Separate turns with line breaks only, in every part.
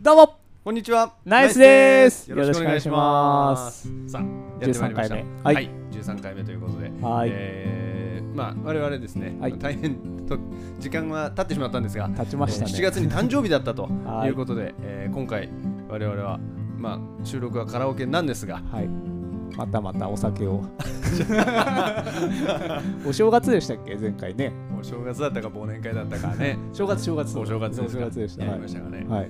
どうも
こんにちは。
ナイスです
ナイ
よ
スで
ろしくお願いします。
さあ、やってまいりました
13回目。は
はいい、13回目ということで、
はい
えーまあ我々ですね、
はい
まあ大変と時間は経ってしまったんですが、
立ちましたね
7月に誕生日だったと
はい
いうことで、えー今回我々はまあ収録はカラオケなんですが、
はいまたまたお酒 をお正月でしたっけ前回ね
お正月だったか忘年会だったか ね、
正月正月
お正月
お
です
正
か
月でした
や
は
り
い
ましたかね。
はい
はい、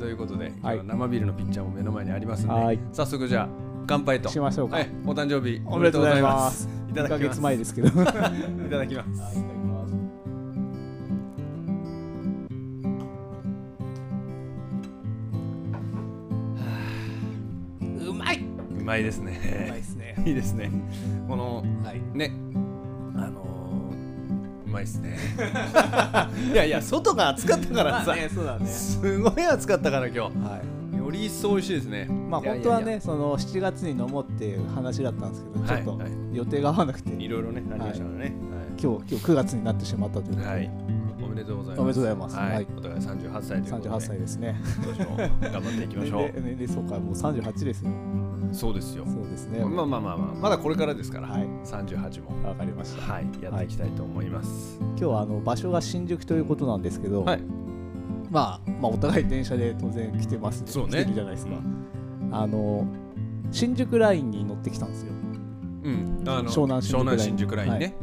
ということで、今
はい
日は生ビールのピッチャーも目の前にありますので、
はい
早速じゃあ乾杯と
しましょうか
はい、お誕生日
おめでとうございます
お
1
めでとうございますいただ
ヶ
きます
月前ですけど
いただきます
うまいう
まいですね
うまいですね
いいですねこの
はい
ねあのー、うまいですね いやいや外が暑かったからさ、
そうだね
すごい暑かったから今
はい
日より一層美味しいですね
まあ
いや
本
いやい
当
や
はねその7月に飲もうっていう話だったんですけどちょ
はい
っと
はい
予定が合わなくて今
い
日
ろいろねありましたからね
今日9月になってしまったということ
は
で
い、はいおめでとうございます
おめでとうございます
はい
はい
お互い38歳ということで
38歳ですね
今年も頑張っていき ま
年
しょ
齢年齢そうかもう38ですよ
うそうですよ
そうですね
まあまあまあまあまだこれからですから、
はい
38も
わかりました
はいやっていきたいと思います
今日はあの場所が新宿ということなんですけど、
はい
まあ、まあお互い電車で当然来てます
そうね
来てるじゃないですか、あの新宿ラインに乗ってきたんですよ
うんあの
湘南新宿
湘南新宿ラインね、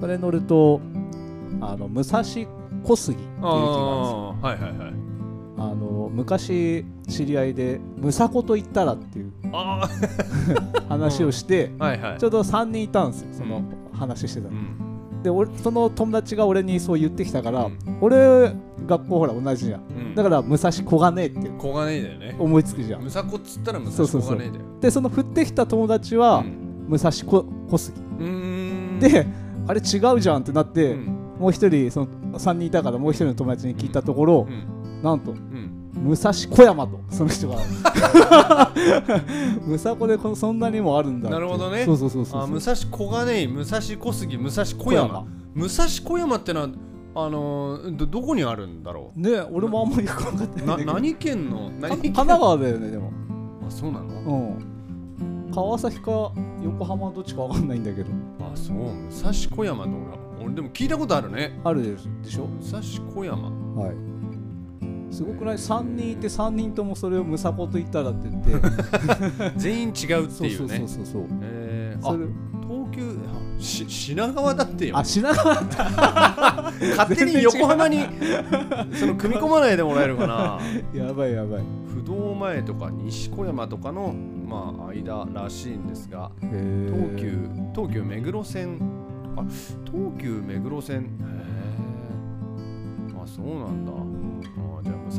それ乗るとあの武蔵小杉っていう駅があるん
あ
ですよ
あはいはいはい
あの昔知り合いで「むさこと行ったら」っていう
あ
話をして、
あはいはい
ちょうど3人いたんですよその話してたの、
うん
で俺その友達が俺にそう言ってきたから、
うん
俺学校ほら同じじゃん
うん
だから武蔵小金井って
小金井だよね
思いつくじゃん
むさこっつったらむ
そ
さ
うそう
小
そう
金井だよ
でその振ってきた友達は、
うん
武蔵小小杉
うーん
であれ違うじゃんってなって、
うん
もう一人その3人いたからもう一人の友達に聞いたところ
う、ん
なんと
うん
武蔵小山とその人が 武蔵小でこのそんなにもあるんだって
なるほどね
そうそうそうそう
あ武蔵小金井武蔵小杉武蔵小山
小
武蔵小山ってのはあのーどどこにあるん だろ
ね俺もあんまりよく分かって
う
な
な
んだけ
い
ど
何県の何
神
県
奈川だよねでも
あそうなの
うん川崎か横浜どっちか分かんないんだけど
あそう武蔵小山って俺俺でも聞いたことあるね
あるでしょ
武蔵小山
はい。すごくない3人いて3人ともそれを「むさこと言ったら」って言っ て
全員違うっていうね
そうそうそうそう
えー
それ
あ東急あし品川だってよ
あ品川だ
勝手に横浜に その組み込まないでもらえるかな
やばい やばいへ
不動前とか西小山とかの、まあ、間らしいんですが
え
東急東急目黒線あ東急目黒線へえあそうなんだあじゃあ武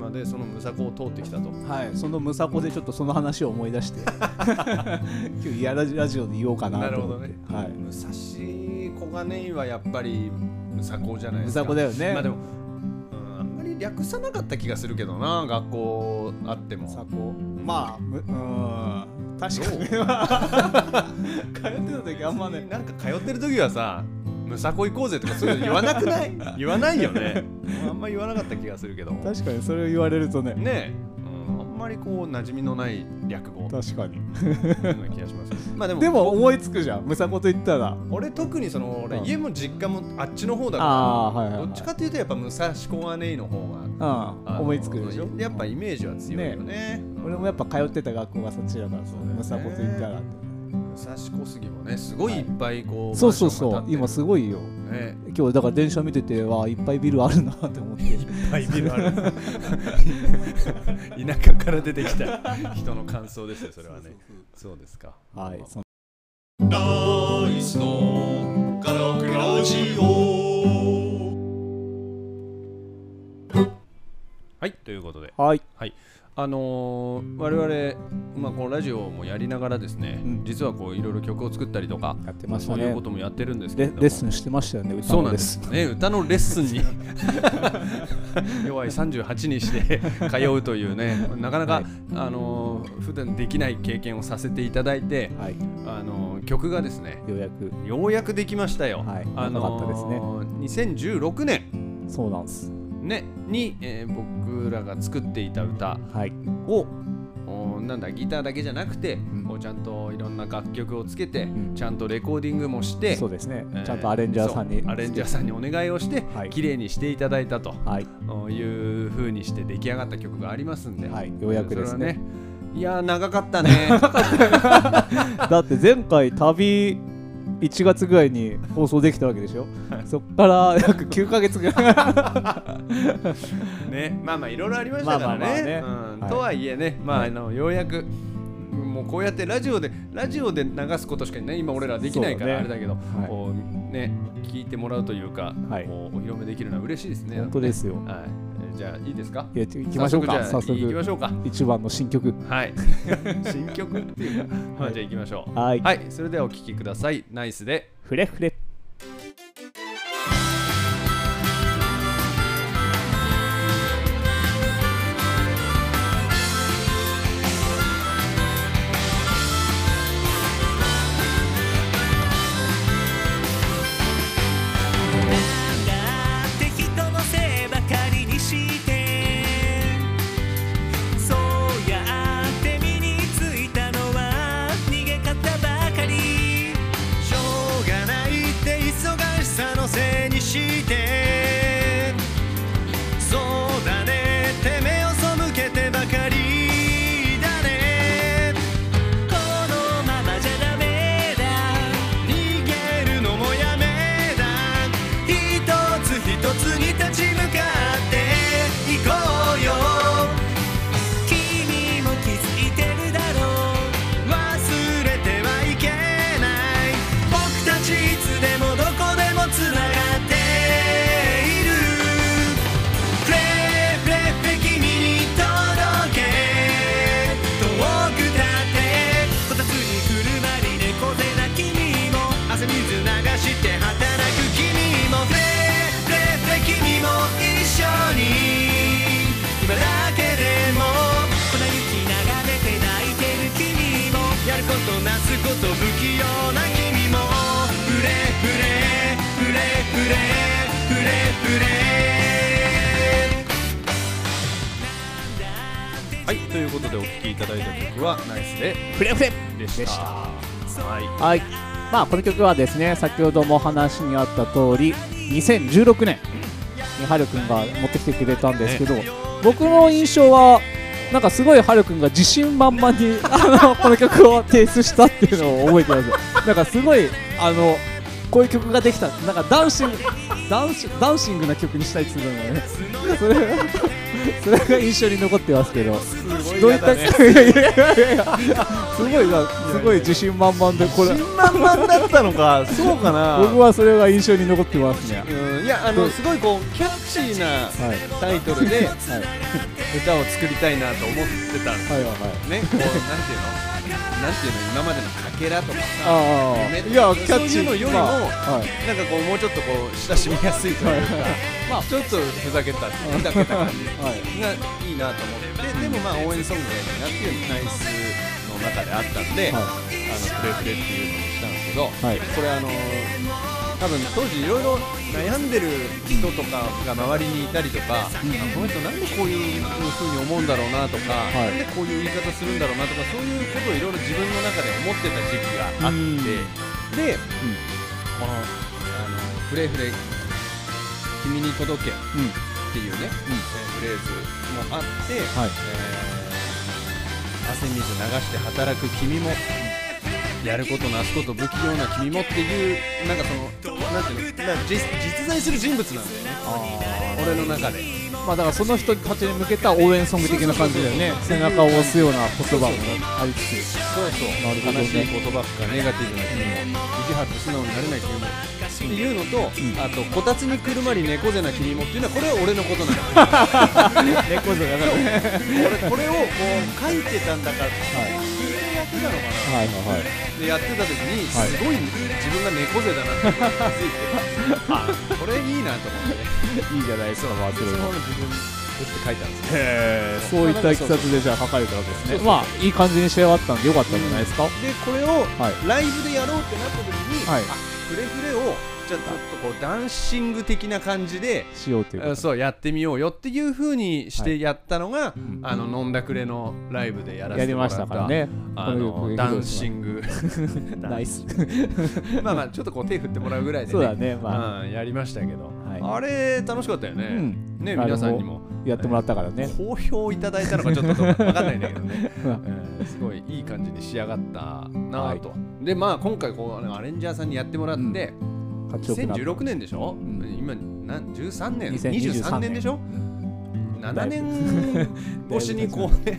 蔵までその武蔵小を通ってきたと
はいその「むさこ」でちょっとその話を思い出 して今日やラジラジオで言おうかなと思って
な
は
る
い
武蔵小金井はやっぱり武蔵小じゃない
む
ですか
さこだよね
まあでも、うん、あんまり略さなかった気がするけどな学校あっても
むさこまあむうーん確かに 通ってた時あんまね
なんか通ってる時はさ「むさこ行こうぜ」とかそういうの言わなくない 言わないよねあんま言わなかった気がするけどね
確かにそれを言われるとね
え、うん、あんまりこう馴染みのない略語
確かに
なような気がし ますまあでも
でも思いつくじゃん「むさこと言ったら」
俺特にその俺
うん
家も実家もあっちの方だか
ああーはいは
ら
い、は
ど
い、
っちかというとやっぱ武蔵小金井の方があ
うん、
の
思いつくでしょ
やっぱイメージは強いよねうん
俺もやっぱ通ってた学校がそっちだからさ、
そうだよね
むさこと言ったらって
武蔵小杉もねすごいいっぱいこう、
そうそうそう
マンション
今
が建
すごいよ
ってるね
今日だから電車見ててわあいっぱいビルあるなって思って
いっぱいビ ルある田舎から出てきた人の感想ですよそれはねそうですか
はいそ
ダイスのカラオケラジオはいということで
はい
あのー我々、まあ、このラジオもやりながらですね、
うん
実はこういろいろ曲を作ったりとか、
やって
まあ、
まし
そ
た
ういう
ね
こともやってるんですけ
レ
れ
レ
ども
ッスンしてましたよね歌の
そうなんですね歌のレッスンに 弱い38にして通うというねなかなか、
はい
あのー普段できない経験をさせていただい
レッ
て
スンはい
あのー曲がですね
ようやく
ようやくできましたよ、
はい
あ
長かったですね
のー2016年
そうなんです
ねに、えー僕らが作っていた歌
はい
をおなんだギターだけじゃなくて、
ん
こうちゃんといろんな楽曲をつけて、
ん
ちゃんとレコーディングもして
そうですね、
えー
ちゃんとアレンジャーさんに
そうアレンジャーさんにお願いをして、
はい
綺麗にしていただいたと
はい
いう風にして出来上がった曲がありますんで、
はいようやくですね
それはねいやー長かったね
だって前回旅1月ぐらいに放送できたわけでしょそっから約9ヶ月ぐらい
ねまあまあいろいろありましたから
まあま
ね,、
あまあね
うん
はい
とはいえね、まああのようやくもうこうやってラジオでラジオで流すことしかね今俺らできないからあ
そう
れ
だ
だけど
はい
こうね聞いてもらうというか、
はい
こうお披露目できるのは嬉しいですね。
本当ですよ
はい、えーじゃあいいですか
いや行きましょうか
早
早速
速じゃあ行きましょうか
一番の新曲
はい 新曲っていうか、まあ、じゃあ行きましょう
はい
はい、それではお聴きくださいナイスで
フレフレ
なんだって人のせいばかりにして」「そうやって身についたのは逃げ方ばかり」「しょうがないって忙しさのせいにして」「そうだねって目を背けてばかりだね」このままじゃダメだ逃げるのもやめだ一つ一つに立ち向かっていこうよ君も気づいてるだろう忘れてはいけない僕たちいつでもどこでもつながっているフレフレフレ君に届け遠く立ってこたつに車に猫背な君も汗水流して働く君もフレフレフレ君も一緒に今だけでも粉雪眺めて泣いてる君もやることなすこと不器用な君もフレフレフレフレフレフレ
はい、ということでお聴きいただいた曲はナイスで
フレフレ
でした
でした
はい、
はいまあこの曲はですね先ほども話にあった通り2016年にハルくんが持ってきてくれたんですけど、僕の印象はなんかすごいハルくんが自信満々に あのこの曲を提出したっていうのを覚えてますなんかすごいあのこういう曲ができたなんかダンシングダンシダンシングな曲にしたいっつうのがねそれそれが印象に残ってますけどどういった、いやいやいやいやすごいなすごい自信満々でこれ
新満々だったのかそうかな
僕はそれが印象に残ってますね
うんいやあのすごいこうキャッチーな
はい
タイトルで
はい
歌を作りたいなと思ってたんです
はいはい
ねこうなんていうのなんていうの今までのかけらとかさ
ああいやキャッチ
そういうのよりも
まあはい
なんかこうもうちょっとこう親しみやすいというか まあちょっとふざけたふざけた感じ
はい
がいいなと思ってででもまあ応援ソングがいいなっていうナイスの中であったんで、
は
あのプレプレっていうのにしたんですけど、
はい
これあのー多分当時いろいろ悩んでる人とかが周りにいたりとか、あこの人なんでこういうふうに思うんだろうなとか、
はい
なんでこういう言い方するんだろうなとかそういうことをいろいろ自分の中で思ってた時期があっ
う
て、
ん
で、このあの「フレフレ君に届け」
うん
っていうね、えーフレーズもあって、
はい
えー汗水流して働く君もやることなすこと不器用な君もっていうなんかそのなんていうのなんか実実在する人物なんだよね俺の中で
まあだからその人たちに向けた応援ソング的な感じだよね背中を押すような言葉もありつつ
そうそう
なるほどね
悲しい言葉とかネガティブな君も意地張って素直になれない君もっていうのと、あとこたつにくるまり猫背な君もっていうのはこれは俺のことなん だよ
猫背がね
これをこう書いてたんだから、君がやってたのか
はい
な
はいはい
でやってた時に
はい
すごい自分が猫背だなって気づ いてあこれいいなと思って
いいじゃないですかまあそ
そ
れ
のま
も
ま自分って書いたんですね
へえそういったいきさつでじゃあ書かれたわけですねまあいい感じに仕上がったんでよかったんじゃないですか
でこれを
はい
ライブでやろうってなった時に、
はい
あフレフレをじゃあちょっとこうダンシング的な感じで
しようということ
あそうやってみようよっていうふうにしてやったのが、
ん
あの飲んだくれのライブでやら
や
せ
り
てもら
まし
っ
たたからね
あ
こ
の
の
ダンシング
ナイス
まあまあちょっとこう手振ってもらうぐらいで、ね、
そうだねま
うん、やりましたけど、
はい
あれ楽しかったよね、
うん
ね皆さんにも
やってもらったからね
好評いただいたのかちょっとどうかわかんないんだけどね、
うん
うんすごいいい感じに仕上がったなぁと、でまあ今回こうあのアレンジャーさんにやってもらって、
うんかっちよくなった
2016年でしょ、
ん
今なん13年
2023
23年でしょ7年 越しにこうね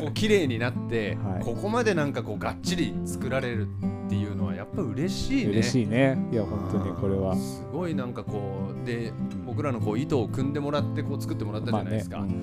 こう綺麗になって、
はい
ここまでなんかこうがっちり作られるっていうのはやっぱ嬉しいね
嬉しいねいや本当にこれは
すごいなんかこうで僕らのこう糸を組んでもらってこう作ってもらったじゃないですか、
まあ
ね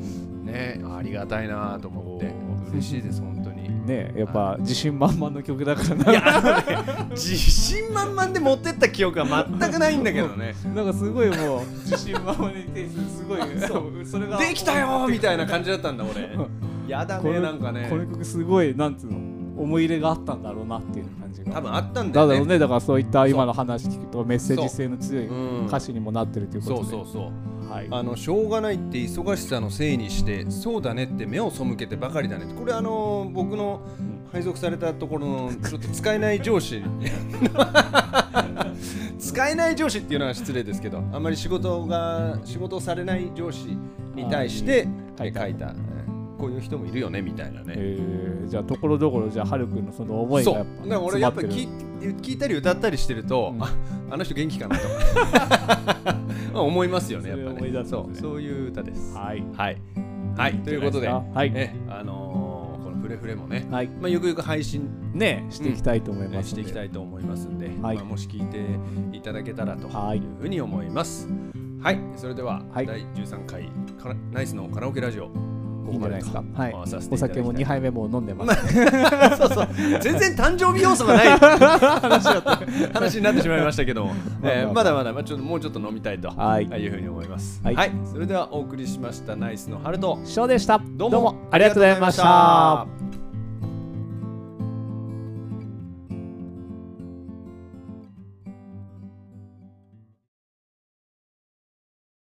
ね
ありがたいなと思って
お
嬉しいです本当に
うんねやっぱ自信満々の曲だから
い
な
やあのね自信満々で持ってった記憶は全くないんだけど ね
なんかすごいもう自信満々にてすごい そうそれが
できたよーみたいな感じだったんだ俺 やだ
こ
ね
の
なんかね
この曲すごいなんつうの思い入れがあったんだろうなっていう感じが
多分あったん
だ
だよ
だ
ね
ろうねだからそういった今の話聞くとメッセージ性の強い
うん
歌詞にもなってるということで
そうそうそう
はい
あのしょうがないって忙しさのせいにしてそうだねって目を背けてばかりだねってこれあの僕の配属されたところのちょっと使えない上司 使えない上司っていうのは失礼ですけどあんまり仕事が仕事をされない上司に対して
あーいい
ね書いたこういう人もいるよねみたいなね
えーじゃあところどころじゃあはるくんのその思いが
そう
やっぱ
だから
詰
俺や
ま
っ
って
ぱ
る
聞い聞いたり歌ったりしてると、
うん
ああの人元気かなとまあ 思いますよねやっぱ
それを思い出
ね
すんで
そう
すね
そういう歌ですは
はい
い、はい、ということで
いいんじゃないです
えあのーこの「フレフレ」もね、
はい
まあ、ゆくゆく配信、
ねしていきたいと思い
ね
ます
していきた
い
いと思いますんで、
はい
まあ、もし聞いていただけたらと
はい
いうふうに思いますはいそれでは、
はい
第13回カラナイスのカラオケラジオこ
いい
こ
んじ
ま
ゃない
で
ですか
と
はい
回させて
お
いただきた
酒
い
も2杯目もう飲んでます
そうそう全然誕生日要素がない 話だった話になってしまいましたけども、えーまだまだ、まあ、ちょっともうちょっと飲みたいと、
はい
あいうふうに思います、は
はいい
それではお送りしましたナイスのハルト
ショーでした
どうも
ありがとうございました